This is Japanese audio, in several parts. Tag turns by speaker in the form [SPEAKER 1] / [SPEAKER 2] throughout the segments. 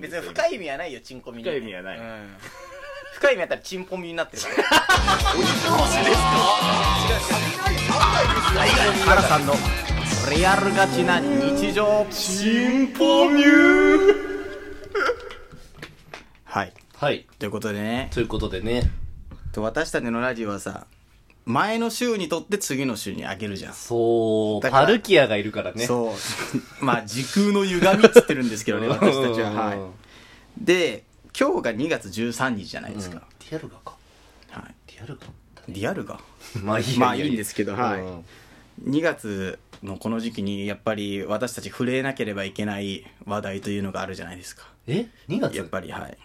[SPEAKER 1] 別に深い意味はないよチンコミに
[SPEAKER 2] 深い意味はない
[SPEAKER 1] うん深い意味あったらチンポミになってるから原さんのリアルガチな日常
[SPEAKER 2] チンポミュー
[SPEAKER 1] はい
[SPEAKER 2] はい。
[SPEAKER 1] ということでね
[SPEAKER 2] ということでね、
[SPEAKER 1] と私たちのラジオはさ前の週にとって次の週にあげるじゃん、
[SPEAKER 2] そう、
[SPEAKER 1] だか
[SPEAKER 2] パ
[SPEAKER 1] ら
[SPEAKER 2] ルキアがいるからね。う。
[SPEAKER 1] そう まあ時空の歪みっつってるんですけどね私たちははいで今日が2月13日じゃないですか、
[SPEAKER 2] ディアルガか。
[SPEAKER 1] はい、
[SPEAKER 2] ディアルガ
[SPEAKER 1] リアルが
[SPEAKER 2] まあい い
[SPEAKER 1] まあいいんですけどはい
[SPEAKER 2] うん
[SPEAKER 1] 2月のこの時期にやっぱり私たち触れなければいけない話題というのがあるじゃないですか
[SPEAKER 2] え ?2 月
[SPEAKER 1] やっぱりはい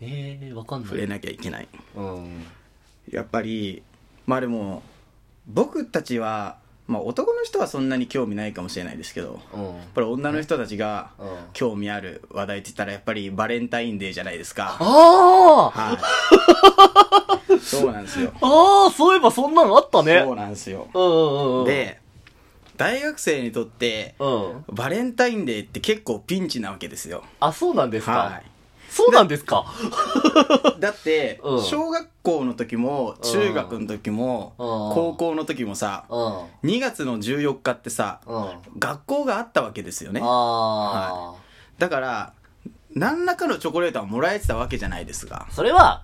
[SPEAKER 2] えー、わかんない。
[SPEAKER 1] 触れなきゃいけない
[SPEAKER 2] うん。
[SPEAKER 1] やっぱりまあでも僕たちは、まあ、男の人はそんなに興味ないかもしれないですけどや
[SPEAKER 2] うん。
[SPEAKER 1] っぱり女の人たちが
[SPEAKER 2] うん
[SPEAKER 1] 興味ある話題って言ったらやっぱりバレンタインデーじゃないですか
[SPEAKER 2] あー
[SPEAKER 1] はい、そうなんですよ
[SPEAKER 2] あーそういえばそんなのあったね。
[SPEAKER 1] そうなんですよ
[SPEAKER 2] うんうんうん。、
[SPEAKER 1] で大学生にとって
[SPEAKER 2] うん。
[SPEAKER 1] バレンタインデーって結構ピンチなわけですよ。
[SPEAKER 2] あ、そうなんですか。
[SPEAKER 1] は
[SPEAKER 2] そうなんですか。
[SPEAKER 1] い。だって、
[SPEAKER 2] うん
[SPEAKER 1] 小学校の時も、中学の時も、
[SPEAKER 2] うん
[SPEAKER 1] 高校の時もさ、
[SPEAKER 2] うん。
[SPEAKER 1] 2月の14日ってさ、
[SPEAKER 2] うん。
[SPEAKER 1] 学校があったわけですよね。
[SPEAKER 2] ああ、
[SPEAKER 1] だから、何らかのチョコレートはもらえてたわけじゃないですが。
[SPEAKER 2] それは、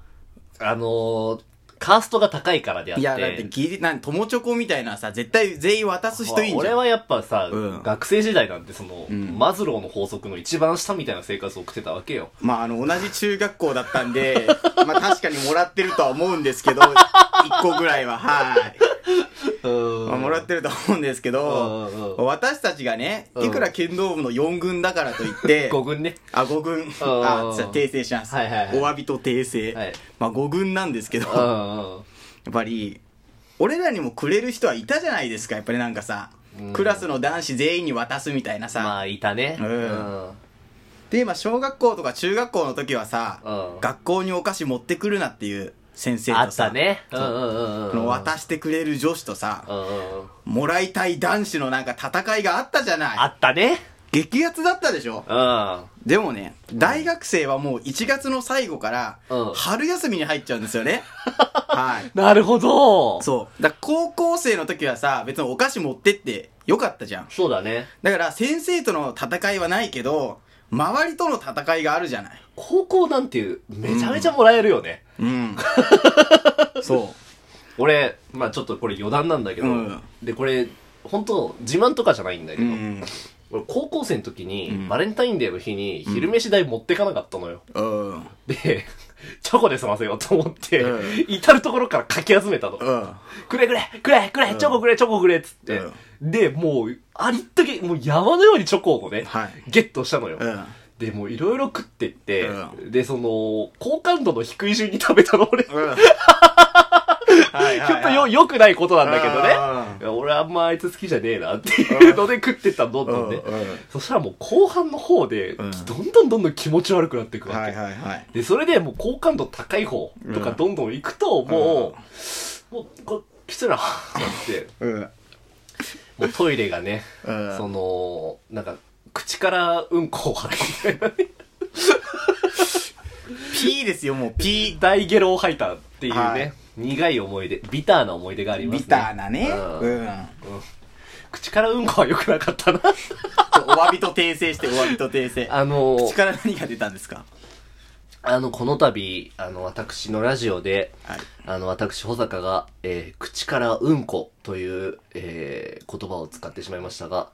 [SPEAKER 2] あのー、カーストが高いからであっ
[SPEAKER 1] い
[SPEAKER 2] て。
[SPEAKER 1] や、だってギリ、なん、友チョコみたいなさ、絶対全員渡す人いいんじ
[SPEAKER 2] 俺
[SPEAKER 1] ゃん。
[SPEAKER 2] はやっぱさ、
[SPEAKER 1] うん
[SPEAKER 2] 学生時代なんてその、
[SPEAKER 1] ん
[SPEAKER 2] マズローの法則の一番下みたいな生活を送ってたわけよ。
[SPEAKER 1] まあ、あの、同じ中学校だったん で、まあ確かにもらってるとは思うんですけど、1個ぐらいは、はい。
[SPEAKER 2] うん
[SPEAKER 1] まあ、もらってると思うんですけど、
[SPEAKER 2] うんうん
[SPEAKER 1] 私たちがね、
[SPEAKER 2] うん
[SPEAKER 1] いくら剣道部の4軍だからとい って、
[SPEAKER 2] 5軍ね。
[SPEAKER 1] あ、5軍、
[SPEAKER 2] う
[SPEAKER 1] あ
[SPEAKER 2] ん、
[SPEAKER 1] じゃあ訂正します、
[SPEAKER 2] はいはいはい
[SPEAKER 1] お詫びと訂正。
[SPEAKER 2] はい
[SPEAKER 1] まあ5軍なんですけど、
[SPEAKER 2] う
[SPEAKER 1] や
[SPEAKER 2] んうん。
[SPEAKER 1] っぱり、俺らにもくれる人はいたじゃないですか、やっぱりなんかさ、クラスの男子全員に渡すみたいなさ、
[SPEAKER 2] まあ、いたね。
[SPEAKER 1] うん
[SPEAKER 2] うん。
[SPEAKER 1] で、まあ小学校とか中学校の時はさ、
[SPEAKER 2] うん
[SPEAKER 1] 学校にお菓子持ってくるなっていう先生
[SPEAKER 2] あ
[SPEAKER 1] と
[SPEAKER 2] っ
[SPEAKER 1] さ、
[SPEAKER 2] たね。うんうんうん
[SPEAKER 1] そうの
[SPEAKER 2] ん。
[SPEAKER 1] 渡してくれる女子とさ、
[SPEAKER 2] うんうんうん。
[SPEAKER 1] もらいたい男子のなんか戦いがあったじゃない。
[SPEAKER 2] あったね。
[SPEAKER 1] 激アツだったでしょ
[SPEAKER 2] うん。
[SPEAKER 1] でもね、大学生はもう1月の最後から
[SPEAKER 2] うん、
[SPEAKER 1] 春休みに入っちゃうんですよね。 はい。
[SPEAKER 2] なるほど。そ
[SPEAKER 1] そう。だから高校生の時はさ、別にお菓子持ってってよかったじゃん。
[SPEAKER 2] うだね。
[SPEAKER 1] だから先生との戦いはないけど、周りとの戦いがあるじゃない。
[SPEAKER 2] 高校なんていう、めちゃめちゃもらえるよね。
[SPEAKER 1] うん。そ
[SPEAKER 2] 俺、まあちょっとこれ余談なんだけど、
[SPEAKER 1] うん
[SPEAKER 2] で、これ、本当自慢とかじゃないんだけ
[SPEAKER 1] う。う
[SPEAKER 2] ど、
[SPEAKER 1] ん。
[SPEAKER 2] 俺高校生の時に、
[SPEAKER 1] ん
[SPEAKER 2] バレンタインデーの日に昼飯代持ってかなかったのよ。
[SPEAKER 1] うん。
[SPEAKER 2] で、チョコで済ませようと思って、
[SPEAKER 1] う
[SPEAKER 2] 至るところからかき集めたの。
[SPEAKER 1] うん。
[SPEAKER 2] くれくれくれくれチョコくれチョコくれっつって、で、もう、ありったけ、もう山のようにチョコをね、
[SPEAKER 1] はい
[SPEAKER 2] ゲットしたのよ。
[SPEAKER 1] うん。
[SPEAKER 2] で、もういろいろ食ってって、
[SPEAKER 1] う
[SPEAKER 2] で、その、好感度の低い順に食べたの俺。
[SPEAKER 1] うん。
[SPEAKER 2] ちょっとよ、良くないことなんだけどね。いや俺あんまあいつ好きじゃねえなっていうので食ってったのどんどんね
[SPEAKER 1] うんうん。
[SPEAKER 2] そしたらもう後半の方で、ど
[SPEAKER 1] ん
[SPEAKER 2] んどんどんどん気持ち悪くなっていくわ
[SPEAKER 1] は
[SPEAKER 2] け
[SPEAKER 1] い。はいはい。
[SPEAKER 2] で、それでもう好感度高い方とか
[SPEAKER 1] うん
[SPEAKER 2] どんどん行くと、もう、もう、これきついな、ってなって、
[SPEAKER 1] うん。
[SPEAKER 2] もうトイレがね、
[SPEAKER 1] うん
[SPEAKER 2] その、なんか、口からうんこを吐くみたいなね、
[SPEAKER 1] ピーですよ、もうピ
[SPEAKER 2] 大ゲロを吐いたっていうね、
[SPEAKER 1] はい
[SPEAKER 2] 苦い思い出、ビターな思い出があり
[SPEAKER 1] ー。
[SPEAKER 2] ますね。
[SPEAKER 1] ビターなね。
[SPEAKER 2] う
[SPEAKER 1] うんん。
[SPEAKER 2] 口からうんこは良くなかったな。
[SPEAKER 1] お詫びと訂正して、お詫びと訂正。
[SPEAKER 2] あの
[SPEAKER 1] 口から何が出たんですか
[SPEAKER 2] あの、この度、あの、私のラジオで、
[SPEAKER 1] はい。
[SPEAKER 2] あの、私、保坂が、えー口からうんこという、えー言葉を使ってしまいましたが、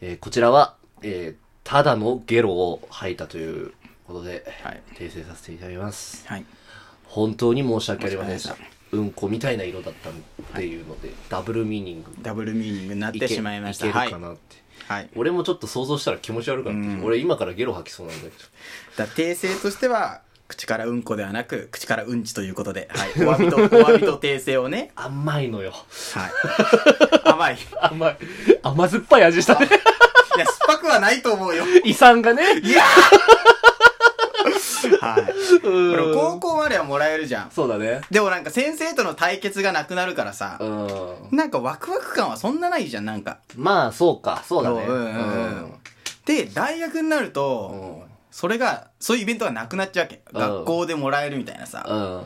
[SPEAKER 2] えーこちらは、えーただのゲロを吐いたということで、
[SPEAKER 1] はい
[SPEAKER 2] 訂正させていただきます。
[SPEAKER 1] はい。
[SPEAKER 2] 本当に申し訳ありませんでし
[SPEAKER 1] 申
[SPEAKER 2] た
[SPEAKER 1] し訳。
[SPEAKER 2] うんこみたいな色だったっていうので、ダブルミーニング。
[SPEAKER 1] ダブルミーニングになっ
[SPEAKER 2] い
[SPEAKER 1] て
[SPEAKER 2] け
[SPEAKER 1] しまいました。
[SPEAKER 2] いけ
[SPEAKER 1] はい
[SPEAKER 2] るか。なって。
[SPEAKER 1] はい。
[SPEAKER 2] 俺もちょっと想像したら気持ち悪かった。俺今からゲロ吐きそうなんだけ
[SPEAKER 1] だ
[SPEAKER 2] ど。
[SPEAKER 1] 訂正としては、口からうんこではなく、口からうんちということで、はい。お詫びと、お詫びと訂正をね。
[SPEAKER 2] 甘いのよ。
[SPEAKER 1] はい。甘い。い
[SPEAKER 2] 甘い。甘酸っぱい 味したね。
[SPEAKER 1] や、酸っぱくはないと思うよ。
[SPEAKER 2] 遺産がね。
[SPEAKER 1] いやはい。これ高校まではもらえるじゃん。
[SPEAKER 2] そうだね。
[SPEAKER 1] でもなんか先生との対決がなくなるからさ、
[SPEAKER 2] うん。
[SPEAKER 1] なんかワクワク感はそんなないじゃん、なんか。
[SPEAKER 2] まあ、そうか。そうだね。
[SPEAKER 1] んうんうんで、大学になると、
[SPEAKER 2] うん
[SPEAKER 1] それがそういうイベントがなくなっちゃうわけ学校でもらえるみたいなさ
[SPEAKER 2] うん。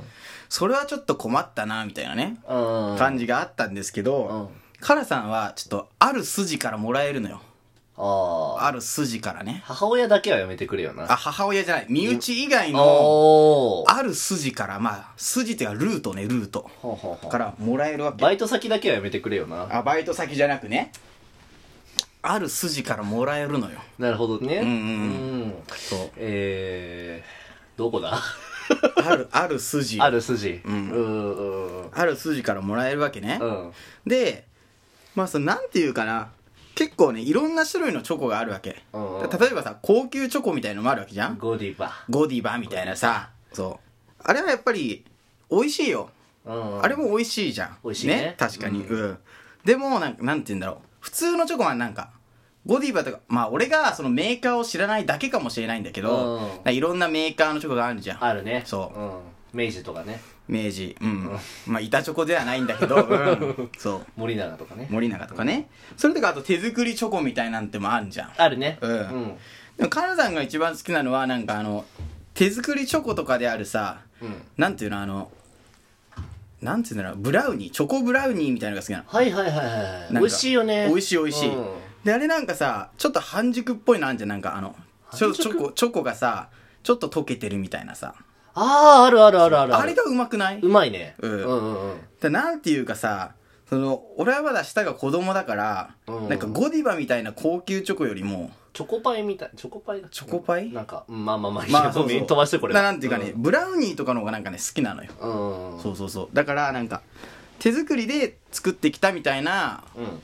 [SPEAKER 1] それはちょっと困ったなみたいなね
[SPEAKER 2] うん。
[SPEAKER 1] 感じがあったんですけ
[SPEAKER 2] うん
[SPEAKER 1] ど。カラさんはちょっとある筋からもらえるのよ
[SPEAKER 2] ああ。
[SPEAKER 1] ある筋からね
[SPEAKER 2] 母親だけはやめてくれよな。
[SPEAKER 1] あ母親じゃない身内以外の
[SPEAKER 2] おー。
[SPEAKER 1] ある筋からまあ筋っていうかルートねルート
[SPEAKER 2] ほうほうほう
[SPEAKER 1] からもらえるわけ
[SPEAKER 2] バイト先だけはやめてくれよな。
[SPEAKER 1] あバイト先じゃなくねある筋からもらえるのよ
[SPEAKER 2] なるほどね。
[SPEAKER 1] うん
[SPEAKER 2] うん
[SPEAKER 1] そう
[SPEAKER 2] えー、どこだ
[SPEAKER 1] あるある筋
[SPEAKER 2] ある筋。
[SPEAKER 1] ん
[SPEAKER 2] うんうんうん。
[SPEAKER 1] ある筋からもらえるわけね、
[SPEAKER 2] うん。
[SPEAKER 1] でまあそのなんていうかな結構ねいろんな種類のチョコがあるわけ、
[SPEAKER 2] うんうん
[SPEAKER 1] 例えばさ高級チョコみたいのもあるわけじゃん
[SPEAKER 2] ゴディバ。
[SPEAKER 1] ゴディバみたいなさそうあれはやっぱり美味しいよ、
[SPEAKER 2] うん。
[SPEAKER 1] あれも美味しいじゃん
[SPEAKER 2] 美味しいね
[SPEAKER 1] 確かに
[SPEAKER 2] う
[SPEAKER 1] うん、でもなんかなんて言うんだろう普通のチョコはなんかゴディバとかまあ俺がそのメーカーを知らないだけかもしれないんだけど、
[SPEAKER 2] うん
[SPEAKER 1] なんかいろんなメーカーのチョコがあるじゃん
[SPEAKER 2] あるね。
[SPEAKER 1] そう
[SPEAKER 2] うん。明治とかね。
[SPEAKER 1] 明治うんまあ板チョコではないんだけど、 うん、そう
[SPEAKER 2] 森永とかね。
[SPEAKER 1] 森永とかね、それとかあと手作りチョコみたいなんてもあるじゃん
[SPEAKER 2] あるね。
[SPEAKER 1] うん
[SPEAKER 2] うん。
[SPEAKER 1] でもカナさんが一番好きなのはなんかあの手作りチョコとかであるさ
[SPEAKER 2] うん
[SPEAKER 1] なんていうのあのなんていうんだろうブラウニーチョコブラウニーみたいなのが好きなの
[SPEAKER 2] はいはいはいは
[SPEAKER 1] な
[SPEAKER 2] い。
[SPEAKER 1] んか
[SPEAKER 2] 美味しいよね。
[SPEAKER 1] 美味しい美味しい、
[SPEAKER 2] うん
[SPEAKER 1] であれなんかさちょっと半熟っぽいのあんじゃんなんかあのちょ
[SPEAKER 2] 半熟
[SPEAKER 1] チョコチョコがさちょっと溶けてるみたいなさ
[SPEAKER 2] ああ、あるあるあるある。
[SPEAKER 1] あれがうまくないう
[SPEAKER 2] まいね。
[SPEAKER 1] うん
[SPEAKER 2] うんうんうん。
[SPEAKER 1] でなんていうかさその俺はまだ舌が子供だから、
[SPEAKER 2] うん
[SPEAKER 1] なんかゴディバみたいな高級チョコよりも
[SPEAKER 2] チョコパイみたい。チョコパイだ
[SPEAKER 1] チョコパイ
[SPEAKER 2] なんか、うんまあま あまあ、
[SPEAKER 1] まあ、
[SPEAKER 2] ごめん飛ばしてこれ。
[SPEAKER 1] ななんていうかね、ブラウニーとかの方がなんかね、好きなのよ。
[SPEAKER 2] うん。うん。うん
[SPEAKER 1] そうそうそう。だから、なんか、手作りで作ってきたみたいな
[SPEAKER 2] うん。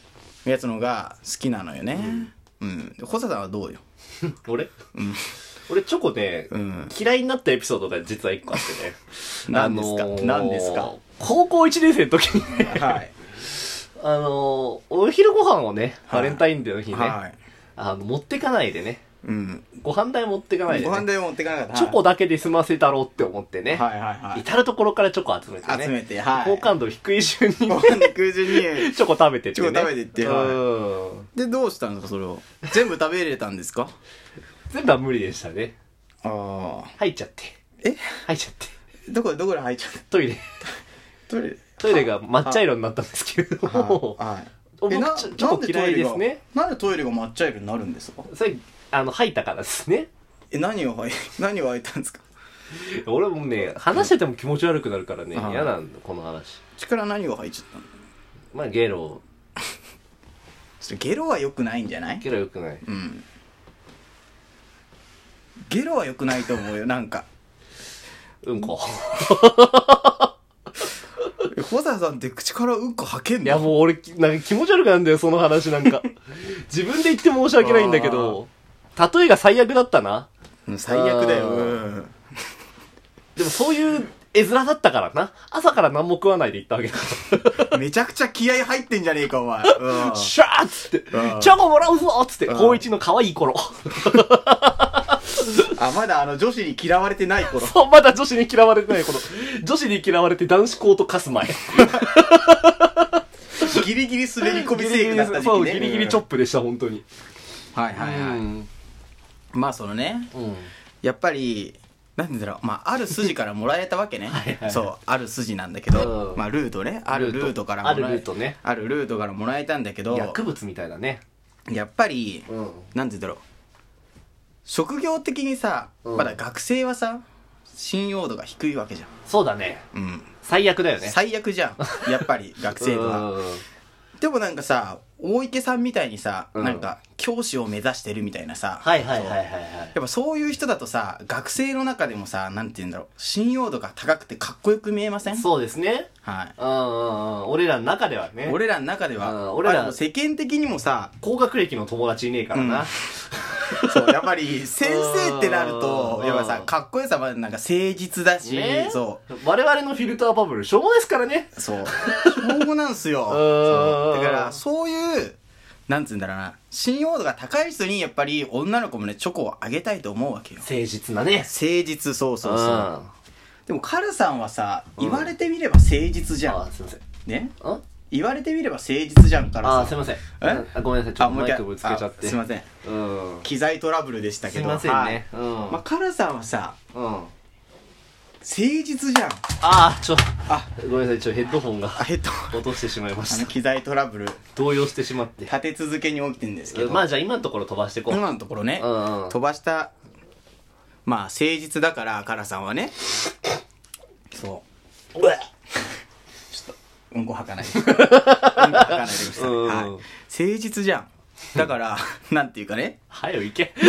[SPEAKER 1] やつのが好きなのよね。うん。でホサさんはどうよ。
[SPEAKER 2] 俺、俺チョコね、
[SPEAKER 1] ん。
[SPEAKER 2] 嫌いになったエピソードが実は一個あってね
[SPEAKER 1] 何ですか何ですか
[SPEAKER 2] 高校1年生の時に ね、
[SPEAKER 1] はい。
[SPEAKER 2] あのーお昼ご飯をね、
[SPEAKER 1] はい
[SPEAKER 2] バレンタインデーの日ね、
[SPEAKER 1] はい。
[SPEAKER 2] あの、持ってかないでね、
[SPEAKER 1] うん。
[SPEAKER 2] ご飯代持ってか
[SPEAKER 1] ご
[SPEAKER 2] ないで、
[SPEAKER 1] 飯
[SPEAKER 2] ね、
[SPEAKER 1] 代持ってかなかった。
[SPEAKER 2] チョコだけで済ませたろうって思ってね、
[SPEAKER 1] はいはいはい
[SPEAKER 2] 至る所からチョコ集めて
[SPEAKER 1] はい。
[SPEAKER 2] ね、
[SPEAKER 1] 集めて、はい。
[SPEAKER 2] 好感度低い順 に
[SPEAKER 1] ご飯で空中に。
[SPEAKER 2] チョコ食べてってね。
[SPEAKER 1] チョコ食べてってはい
[SPEAKER 2] うん。
[SPEAKER 1] で、どうしたんですか、それを。全部食べれたんですか
[SPEAKER 2] 全部は無理でしたね。
[SPEAKER 1] ああ。
[SPEAKER 2] 入っちゃって。
[SPEAKER 1] え
[SPEAKER 2] 入っちゃって。
[SPEAKER 1] どこ、どこで入っちゃった
[SPEAKER 2] トイレ。
[SPEAKER 1] トイレ
[SPEAKER 2] トイレが抹茶色になったんですけれど も、
[SPEAKER 1] はい。
[SPEAKER 2] 僕
[SPEAKER 1] えな
[SPEAKER 2] チョチョコ嫌いですね。
[SPEAKER 1] なんでトイレがなんでトイレが抹茶色になるんですか
[SPEAKER 2] それ、あの、吐いたからですね。
[SPEAKER 1] え何をはい 何を開いたんですか
[SPEAKER 2] 俺もね、話してても気持ち悪くなるからね、
[SPEAKER 1] うん
[SPEAKER 2] 嫌なんだ、この話。
[SPEAKER 1] 力何を入っちゃったの
[SPEAKER 2] まあ、ゲロ、
[SPEAKER 1] ちょっとゲロは良くないんじゃない
[SPEAKER 2] ゲロ良くない。
[SPEAKER 1] うんゲロは良くないと思うよなん か
[SPEAKER 2] うんこ。
[SPEAKER 1] え保坂さんって口からうんこ吐けん
[SPEAKER 2] い
[SPEAKER 1] の
[SPEAKER 2] や、もう俺、なんか気持ち悪くなるんだよ、その話なん か。自分で言って申し訳ないんだけど、例えが最悪だったな。
[SPEAKER 1] うん最悪だよ
[SPEAKER 2] あー
[SPEAKER 1] うん
[SPEAKER 2] でもそういう絵面だったからな。朝から何も食わないで行ったわけだ。
[SPEAKER 1] めちゃくちゃ気合入ってんじゃねえかお前 うん
[SPEAKER 2] シャーっつって
[SPEAKER 1] うん、
[SPEAKER 2] チョコもらうぞっつって、
[SPEAKER 1] ん
[SPEAKER 2] 高一の可愛い頃。
[SPEAKER 1] あまだあの女子に嫌われてない頃
[SPEAKER 2] そう、まだ女子に嫌われてない頃。女子に嫌われて男子校と化す前。
[SPEAKER 1] ギリギリ滑り込み
[SPEAKER 2] ギリ
[SPEAKER 1] セー
[SPEAKER 2] ギ
[SPEAKER 1] フ
[SPEAKER 2] リ
[SPEAKER 1] だった時期ね
[SPEAKER 2] そう、ギリギリチョ
[SPEAKER 1] う
[SPEAKER 2] ッ
[SPEAKER 1] ん
[SPEAKER 2] プでした、本当に。
[SPEAKER 1] はいはいはい、
[SPEAKER 2] うん
[SPEAKER 1] まあそのね
[SPEAKER 2] うん。
[SPEAKER 1] やっぱりなんて言うんだろう、まあ、ある筋からもらえたわけね
[SPEAKER 2] い はいはい
[SPEAKER 1] そうある筋なんだけど、
[SPEAKER 2] うん
[SPEAKER 1] まあ、ルートねあるルートからも
[SPEAKER 2] あ
[SPEAKER 1] らえ
[SPEAKER 2] るルートね。
[SPEAKER 1] あるルートからもらえたんだけど
[SPEAKER 2] 薬物みたいだね。
[SPEAKER 1] やっぱり
[SPEAKER 2] うん。
[SPEAKER 1] なんて言うんだろう職業的にさ、
[SPEAKER 2] うん
[SPEAKER 1] まだ学生はさ信用度が低いわけじゃ
[SPEAKER 2] そうだね。
[SPEAKER 1] ん、うん、
[SPEAKER 2] 最悪だよね。
[SPEAKER 1] 最悪じゃ んやっぱり学生度は
[SPEAKER 2] うん
[SPEAKER 1] でもなんかさ大池さんみたいにさ、
[SPEAKER 2] うん
[SPEAKER 1] なんか教師を目指してるみたいなさ
[SPEAKER 2] はいはいはい
[SPEAKER 1] そう
[SPEAKER 2] はいはい。
[SPEAKER 1] やっぱそういう人だとさ学生の中でもさなんて言うんだろう信用度が高くてかっこよく見えません
[SPEAKER 2] そうですね。
[SPEAKER 1] はい
[SPEAKER 2] うんうんうん。俺らの中ではね。
[SPEAKER 1] 俺らの中で
[SPEAKER 2] う
[SPEAKER 1] は
[SPEAKER 2] ん俺ら
[SPEAKER 1] あの世間的にもさ
[SPEAKER 2] 高学歴の友達いねえからな。
[SPEAKER 1] そうやっぱり先生ってなると
[SPEAKER 2] うん
[SPEAKER 1] やっぱさかっこよさはなんか誠実だし、
[SPEAKER 2] ね
[SPEAKER 1] そ
[SPEAKER 2] 我々のフィルターバブル、しょうもですからね。
[SPEAKER 1] うそう証拠なんすよそうだからそういうなんつうんだろうな信用度が高い人にやっぱり女の子もねチョコをあげたいと思うわけよ
[SPEAKER 2] 誠実なね。
[SPEAKER 1] 誠実そうそう
[SPEAKER 2] うん
[SPEAKER 1] そう
[SPEAKER 2] あ、
[SPEAKER 1] でもカルさんはさ言われてみれば誠実じゃん、
[SPEAKER 2] すいません。
[SPEAKER 1] ね
[SPEAKER 2] ん
[SPEAKER 1] 言われてみれば誠実じゃんからさ
[SPEAKER 2] あー、すいません。あごめんなさい、ちょ
[SPEAKER 1] あ
[SPEAKER 2] っと
[SPEAKER 1] もう一
[SPEAKER 2] マイ
[SPEAKER 1] 回
[SPEAKER 2] クぶつけちゃって。
[SPEAKER 1] あすいません
[SPEAKER 2] うん。
[SPEAKER 1] 機材トラブルでした
[SPEAKER 2] す
[SPEAKER 1] け
[SPEAKER 2] い
[SPEAKER 1] ど
[SPEAKER 2] ません
[SPEAKER 1] はい
[SPEAKER 2] ね。うん。
[SPEAKER 1] まあカラさんはさ
[SPEAKER 2] うん。
[SPEAKER 1] 誠実じゃん
[SPEAKER 2] あー、ちょ、
[SPEAKER 1] あ
[SPEAKER 2] ごめんなさい、ちょ、ヘッドホンが
[SPEAKER 1] あえっと
[SPEAKER 2] 落としてしまいま
[SPEAKER 1] あ
[SPEAKER 2] し
[SPEAKER 1] の
[SPEAKER 2] た。
[SPEAKER 1] 機材トラブル
[SPEAKER 2] 動揺してしまって。
[SPEAKER 1] 立て続けに起きてるんですけど、
[SPEAKER 2] まあじゃあ今のところ飛ばしていこう。
[SPEAKER 1] 今のところね、
[SPEAKER 2] うんうん
[SPEAKER 1] 飛ばしたまあ誠実だからカラさんはねそう
[SPEAKER 2] わ
[SPEAKER 1] ううんこ吐かないでうんこ 吐かないでください、
[SPEAKER 2] うん
[SPEAKER 1] はい、誠実じゃんだ からなんていうかね
[SPEAKER 2] はよ、いけ。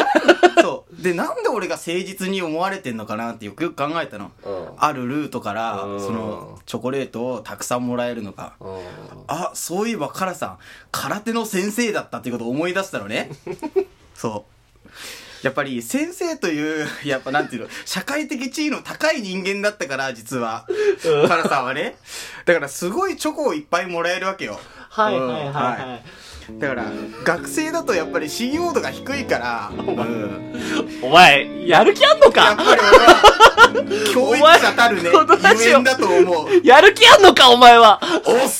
[SPEAKER 1] そうでなんで俺が誠実に思われてんのかなってよくよく考えたの、
[SPEAKER 2] うん
[SPEAKER 1] あるルートから
[SPEAKER 2] うん
[SPEAKER 1] そのチョコレートをたくさんもらえるのか
[SPEAKER 2] うん。
[SPEAKER 1] あそういえばカラさん空手の先生だったっていうことを思い出したの ねそうやっぱり先生という やっぱなんていうの社会的地位の高い人間だったから実はカラさんはねだからすごいチョコをいっぱいもらえるわけよ
[SPEAKER 2] はいはいはい
[SPEAKER 1] うん
[SPEAKER 2] はい。
[SPEAKER 1] だから学生だとやっぱり信用度が低いから、うん、
[SPEAKER 2] お前、やる気あんの
[SPEAKER 1] やっ
[SPEAKER 2] か
[SPEAKER 1] ぱり俺は教育者たるね
[SPEAKER 2] お前
[SPEAKER 1] ゆえんだと思う
[SPEAKER 2] やる気あんのか、お前は
[SPEAKER 1] おっ